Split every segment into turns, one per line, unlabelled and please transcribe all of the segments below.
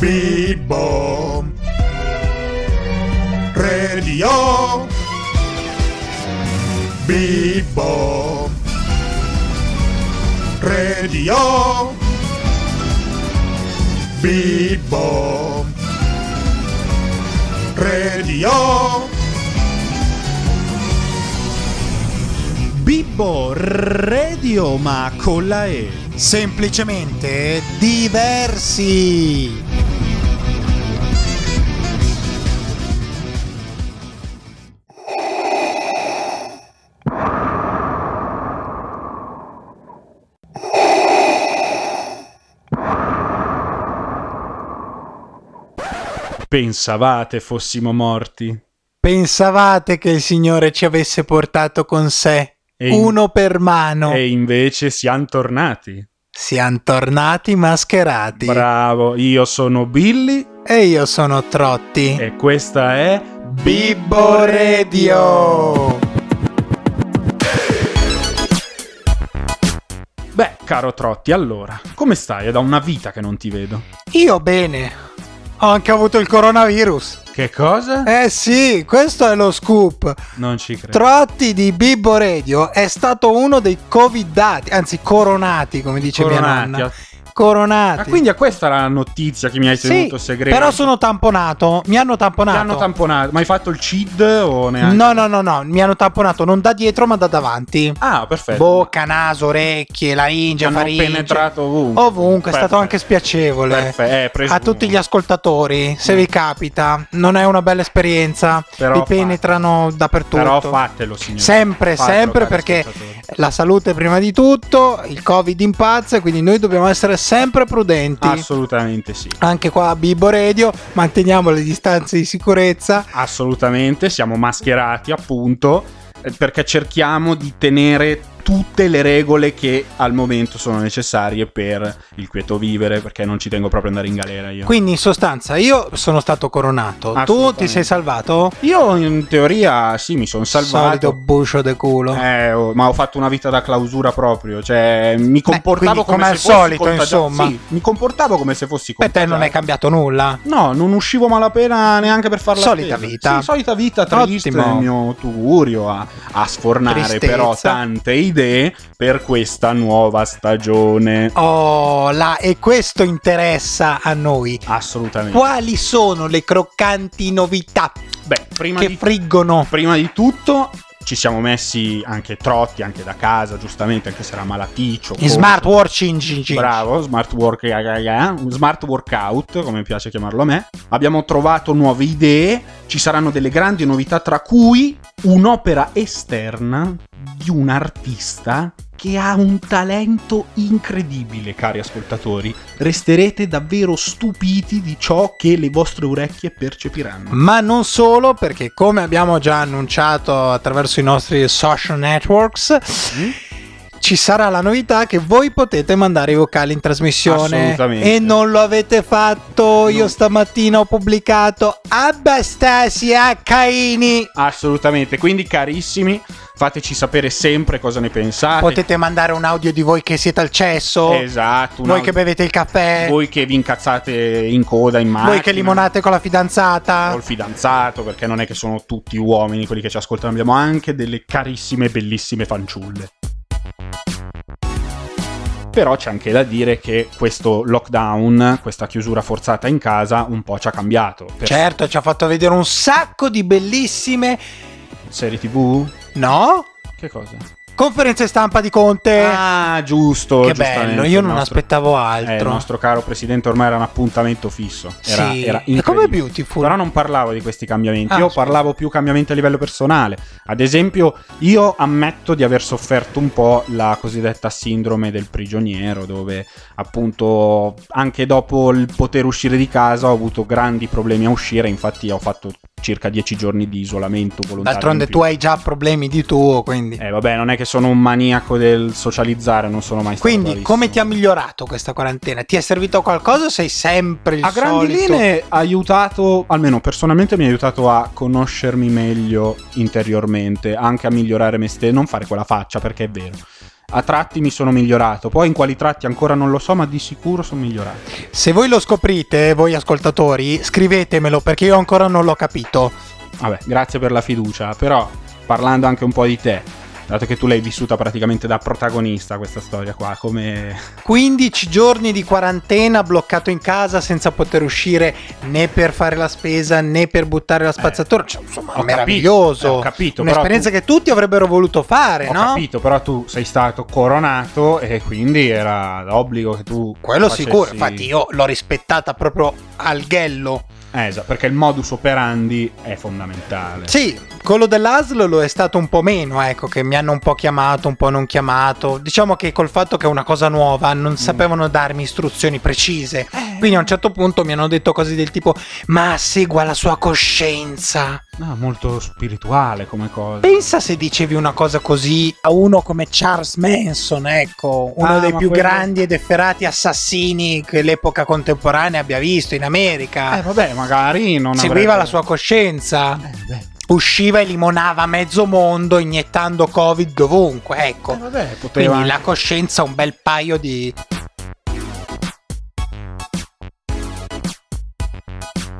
Big Bomb Radio Big Bomb Radio Big Bomb Radio
Bibbo Radio, ma con la E.
Semplicemente diversi.
Pensavate fossimo morti?
Pensavate che il Signore ci avesse portato con sé
E in-
uno per mano.
E invece siamo tornati.
Siamo tornati mascherati.
Bravo, io sono Billy
e io sono Trotti.
e questa è
Bibbo Radio.
Beh, caro Trotti, allora, come stai? È da una vita che non ti vedo.
Io bene. Ho anche avuto il coronavirus.
Che cosa?
Eh sì, questo è lo scoop.
Non ci credo.
Trotti di Bibbo Radio è stato uno dei covidati, anzi coronati, come dice
Coronati.
mia nonna.
Ah,
Coronati.
quindi a questa era la notizia che mi hai
sì,
tenuto segreta.
però sono tamponato, mi hanno
Ti
tamponato.
hanno tamponato. Ma hai fatto il CID o neanche?
no, no, no, no, mi hanno tamponato non da dietro ma da davanti.
Ah, perfetto.
Bocca, naso, orecchie, laringe,
Hanno
faringe.
penetrato ovunque.
Ovunque, è stato
Perfetto.
anche spiacevole.
Perfetto, eh,
A
presumo.
tutti gli ascoltatori, se vi capita, non è una bella esperienza.
Mm. Però
vi
fa-
penetrano dappertutto.
Però fatelo, signore.
Sempre,
Fatelo,
sempre
cari
perché
ascoltatori.
la salute prima di tutto, il Covid impazza, quindi noi dobbiamo essere sempre prudenti.
Assolutamente sì.
Anche qua a Bibbo Radio manteniamo le distanze di sicurezza.
Assolutamente, siamo mascherati appunto eh, perché cerchiamo di tenere tutte le regole che al momento sono necessarie per il quieto vivere perché non ci tengo proprio ad andare in galera io.
Quindi in sostanza io sono stato coronato, tu
Assolutamente.
ti sei salvato?
Io in teoria sì mi sono
Solito
salvato.
buscio de culo.
Eh, ho- ma ho fatto una vita da clausura proprio, cioè mi comportavo
quindi come
se
al
fossi
solito,
contagio-
insomma.
Sì, mi comportavo come se fossi
Per te non è
contagiato.
cambiato nulla.
No, non uscivo malapena neanche per fare la
Solita
spesa.
vita.
Sì, solita vita triste,
Ottimo.
il mio tugurio a, a sfornare
Tristezza.
però tante idee per questa nuova stagione.
Oh, là, e questo interessa a noi.
Assolutamente.
Quali sono le croccanti novità
Beh, prima
che
di,
friggono?
prima di tutto ci siamo messi anche trotti, anche da casa, giustamente, anche se era malaticcio.
In
corso.
smartwatch in GG.
Oh. Bravo, smart, work, ah, ah, ah, un smart workout, come piace chiamarlo a me. Abbiamo trovato nuove idee, ci saranno delle grandi novità, tra cui un'opera esterna di un artista che ha un talento incredibile, cari ascoltatori. Resterete davvero stupiti di ciò che le vostre orecchie percepiranno.
Ma non solo, perché come abbiamo già annunciato attraverso i nostri social networks,
Mm?
ci sarà la novità che voi potete mandare i vocali in trasmissione.
Assolutamente.
E non lo avete fatto. Io stamattina ho pubblicato Abastasia Caini.
Assolutamente, quindi carissimi, fateci sapere sempre cosa ne pensate.
Potete mandare un audio di voi che siete al cesso.
Esatto, Ah, un
Voi
audio-
che bevete il caffè, voi,
voi che vi incazzate in coda in macchina
Eh. che limonate con la fidanzata,
col fidanzato perché non è che sono tutti uomini quelli che ci ascoltano abbiamo anche delle carissime e bellissime fanciulle però c'è anche da dire che questo lockdown questa chiusura forzata in casa un po' ci ha cambiato per
certo, ci ha fatto vedere un sacco di bellissime,
serie tv
no?
che cosa?
Conferenze stampa di Conte.
ah giusto
Eh. che
giustamente,
bello, io
il
non
nostro-
aspettavo
eh, il
altro.
nostro caro presidente ormai era un appuntamento fisso era,
sì.
era
è come
incredibile.
Beautiful.
Però non parlavo di questi cambiamenti,
Ah,
io
scusa.
parlavo più cambiamenti a livello personale. Ad esempio, io ammetto di aver sofferto un po' la cosiddetta sindrome del prigioniero, dove appunto anche dopo il poter uscire di casa ho avuto grandi problemi a uscire, infatti ho fatto circa 10 giorni di isolamento volontario.
D'altronde
in più.
tu hai già problemi di tuo, quindi.
Eh vabbè, non è che sono un maniaco del socializzare, non sono mai stato
Quindi,
bravissimo.
come ti ha migliorato questa quarantena? Ti è servito a qualcosa o sei sempre il
a grandi
solito?
linee ha aiutato, almeno personalmente mi ha aiutato a conoscermi meglio interiormente, anche a migliorare me stesso, non fare quella faccia perché è vero. a tratti mi sono migliorato. Poi in quali tratti ancora non lo so, ma di sicuro sono migliorato.
Se voi lo scoprite, voi ascoltatori, scrivetemelo perché io ancora non l'ho capito.
Vabbè, grazie per la fiducia, però parlando anche un po' di te, dato che tu l'hai vissuta praticamente da protagonista questa storia qua, come
15 giorni di quarantena bloccato in casa senza poter uscire né per fare la spesa né per buttare la spazzatura. Cioè, insomma,
Eh, Ho capito,
meraviglioso.
eh, ho capito, però
Un'esperienza
tu-
che tutti avrebbero voluto fare,
Ho
Eh, no?
capito, però tu sei stato coronato e quindi era d'obbligo che tu
Quello
facessi-
sicuro. Infatti, io l'ho rispettata proprio al ghello.
Eh, esatto, perché il modus operandi è fondamentale.
Sì, quello dell'ASL lo è stato un po' meno, ecco, che mi hanno un po' chiamato, un po' non chiamato. Diciamo che col fatto che è una cosa nuova
Mm.
non sapevano darmi istruzioni precise.
Eh.
Quindi a un certo punto mi hanno detto cose del tipo "Ma segua la sua coscienza".
Ah, molto spirituale come cosa.
Pensa se dicevi una cosa così a uno come Charles Manson, ecco, uno
Ah,
dei
ma
più
quello-
grandi ed efferati assassini che l'epoca contemporanea abbia visto in America.
Eh, vabbè, magari non
Seguiva
avrebbe-
la sua coscienza.
Eh, beh,
usciva e limonava mezzo mondo iniettando covid dovunque,
eh,
ecco.
vabbè, poteva...
Quindi la coscienza un bel paio di...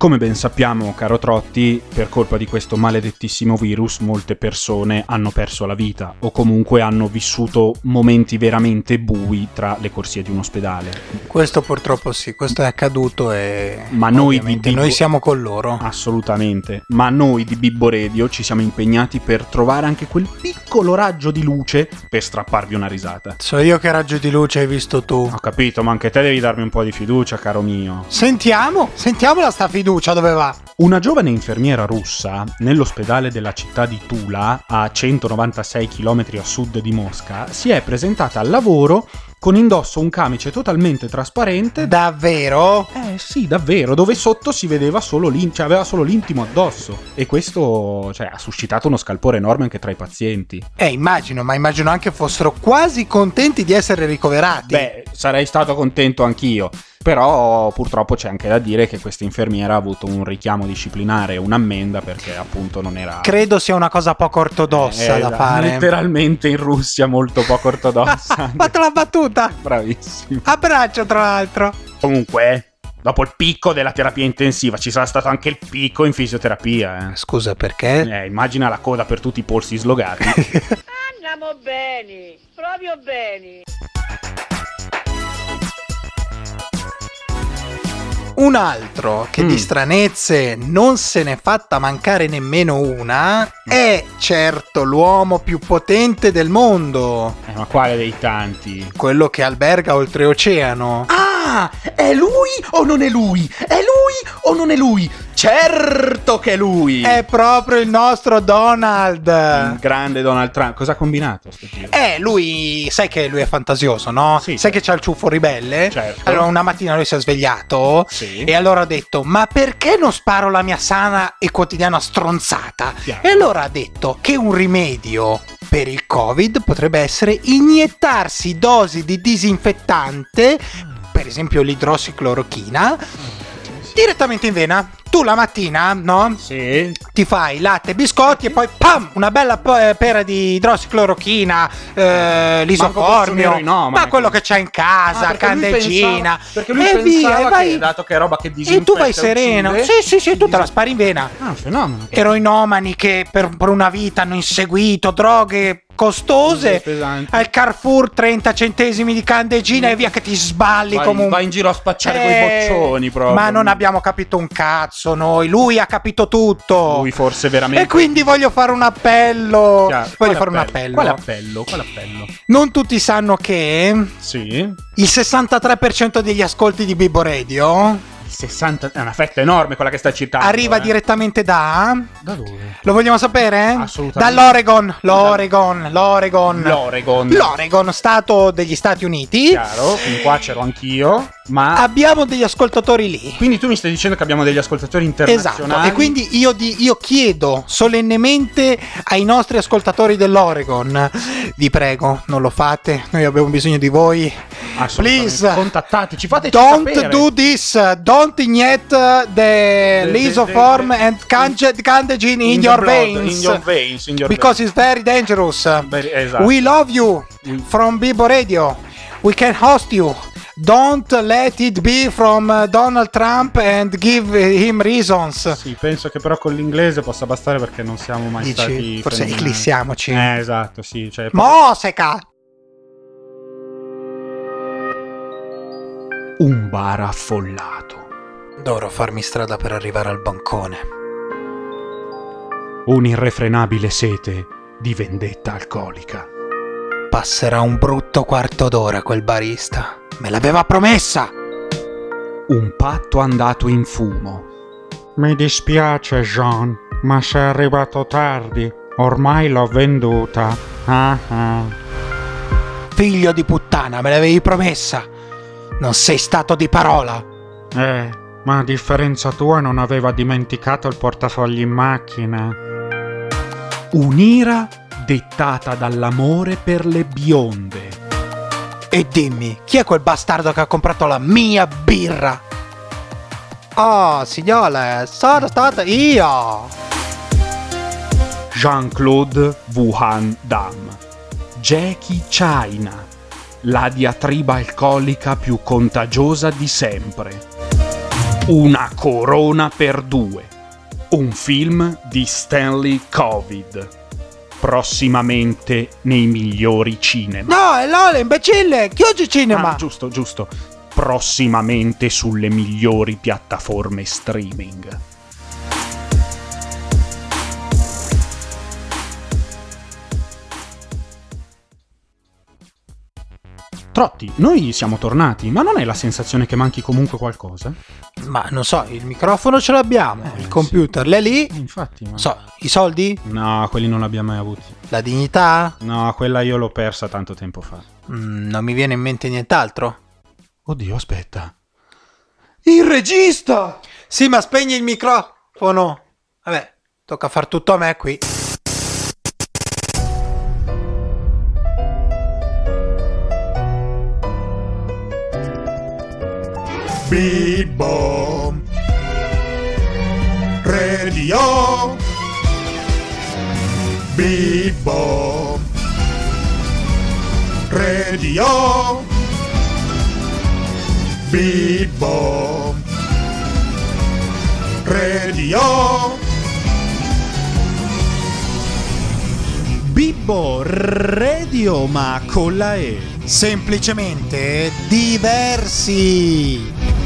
Come ben sappiamo, caro Trotti, per colpa di questo maledettissimo virus molte persone hanno perso la vita o comunque hanno vissuto momenti veramente bui tra le corsie di un ospedale.
Questo purtroppo sì, questo è accaduto e...
Ma noi di
ovviamente
Bibbo-
noi siamo con loro.
Assolutamente, ma noi di Bibbo Radio ci siamo impegnati per trovare anche quel piccolo raggio di luce per strapparvi una risata.
So io che raggio di luce hai visto tu.
Ho capito, ma anche te devi darmi un po' di fiducia, caro mio.
Sentiamo, sentiamo la sta fiducia dove va.
Una giovane infermiera russa nell'ospedale della città di Tula, a 196 km a sud di Mosca, si è presentata al lavoro con indosso un camice totalmente trasparente. Da-
Davvero?
eh sì, davvero, dove sotto si vedeva solo l'in- cioè aveva solo l'intimo addosso. E questo cioè, ha suscitato uno scalpore enorme anche tra i pazienti.
Eh, immagino, ma immagino anche fossero quasi contenti di essere ricoverati.
Beh, sarei stato contento anch'io. Però purtroppo c'è anche da dire che questa infermiera ha avuto un richiamo disciplinare, un'ammenda, perché appunto non era.
Credo sia una cosa poco ortodossa
Eh,
da fare.
Letteralmente in Russia molto poco ortodossa.
Fatto la battuta.
Bravissimo.
A braccio, tra l'altro.
Comunque, dopo il picco della terapia intensiva ci sarà stato anche il picco in fisioterapia.
Scusa, perché?
Eh. Eh, immagina la coda per tutti i polsi slogati.
Andiamo bene, proprio bene.
Un altro che
Mm.
di stranezze non se n'è fatta mancare nemmeno una è certo l'uomo più potente del mondo,
Eh, ma quale dei tanti?
quello che alberga oltreoceano.
Ah, è lui o non è lui? È lui o non è lui? Certo che è lui!
È proprio il nostro
Il
Donald.
grande Donald Trump. Cosa ha combinato? sto tizio?
Eh, lui, sai che lui è fantasioso, no?
Sì,
sai
certo.
che c'ha il ciuffo ribelle?
Certo.
Allora una mattina lui si è svegliato
Sì.
e allora ha detto, ma perché non sparo la mia sana e quotidiana stronzata?
Chiaro.
E allora ha detto che un rimedio per il Covid potrebbe essere iniettarsi dosi di disinfettante, per esempio l'idrossiclorochina, direttamente in vena. Tu la mattina, no?
Sì.
Ti fai latte e biscotti e poi pam! Una bella po- eh, pera di idrossiclorochina, eh,
consumero
l'isoformio,
i no,
ma
ma-
quello che c'è in casa,
Ah, perché lui
candeggina.
pensava- perché lui
e
pensava
via,
che,
e vai-
dato che è roba che
E tu
disinfetta
vai
e
sereno.
uccide-
Sì, sì, sì, tu te la spari in vena
Ah, un fenomeno.
eroinomani che per, per una vita hanno inseguito droghe costose
Pesanti.
al Carrefour 30 centesimi di candegina e via che ti sballi
Vai-
come un Eh,
vai in giro a spacciare coi boccioni proprio.
ma non abbiamo capito un cazzo noi lui ha capito tutto
Lui forse veramente.
e quindi voglio fare un appello
Chiaro.
voglio
Quale
fare un appello
Quale appello? Quale appello?
non tutti sanno che
Sì.
il 63% degli ascolti di Bibo Radio
60 è una fetta enorme quella che sta citando.
arriva
eh.
direttamente da
Da dove?
lo vogliamo sapere?
Assolutamente.
Dall'Oregon, l'Oregon, l'Oregon.
L'Oregon.
L'Oregon, stato degli Stati Uniti.
Chiaro, fin qua c'ero anch'io. Ma
Abbiamo degli ascoltatori lì.
quindi tu mi stai dicendo che abbiamo degli ascoltatori internazionali?
Esatto, e quindi io, di- io chiedo solennemente ai nostri ascoltatori dell'Oregon, vi prego, non lo fate, noi abbiamo bisogno di voi.
Assolutamente.
Please,
contattateci, fateci
don't
sapere.
do this, don't ignite the
The-
lysoform
the- the-
and cange- candegin in,
in
your
the blood,
veins.
in your veins, in your
because it's very dangerous.
Very- esatto. Mm.
We love you from Bibo Radio. We can host you. Don't let it be from uh, Donald Trump and give him reasons.
Sì, penso che però con l'inglese possa bastare perché non siamo mai
Dici?
stati.
Forse
fenomenali.
eclissiamoci.
Eh, esatto, sì. Cioè,
Moseca!
un bar affollato.
Dovrò farmi strada per arrivare al bancone.
Un'irrefrenabile sete di vendetta alcolica.
Passerà un brutto quarto d'ora quel barista. Me l'aveva promessa!
Un patto andato in fumo. Mi dispiace, Jean, ma sei arrivato tardi. Ormai l'ho venduta. Ah ah.
Figlio di puttana, me l'avevi promessa! Non sei stato di parola!
Eh, ma a differenza tua non aveva dimenticato il portafogli in macchina. Un'ira dettata dall'amore per le bionde.
E dimmi, chi è quel bastardo che ha comprato la mia birra? Oh, signore, sono stata io!
Jean-Claude Wuhan Dam. Jackie China. La diatriba alcolica più contagiosa di sempre. Una corona per due. Un film di Stanley Covid. Prossimamente nei migliori cinema.
No, è Lola, imbecille! Chiudi il cinema!
Ah, giusto, giusto. Prossimamente sulle migliori piattaforme streaming. Trotti, noi siamo tornati, ma non è la sensazione che manchi comunque qualcosa?
Ma non so, il microfono ce l'abbiamo,
Eh,
il
sì.
computer l'è lì.
Eh,
Non
infatti, ma...
so, i soldi?
No, quelli non li abbiamo mai avuti.
La dignità?
No, quella io l'ho persa tanto tempo fa.
Mm, non mi viene in mente nient'altro.
Oddio, aspetta.
Il regista! Sì, ma spegni il microfono! Vabbè, tocca far tutto a me qui.
Bebop Radio Bebop Radio Bebop Radio
Bibbo Radio, ma con la E.
Semplicemente diversi!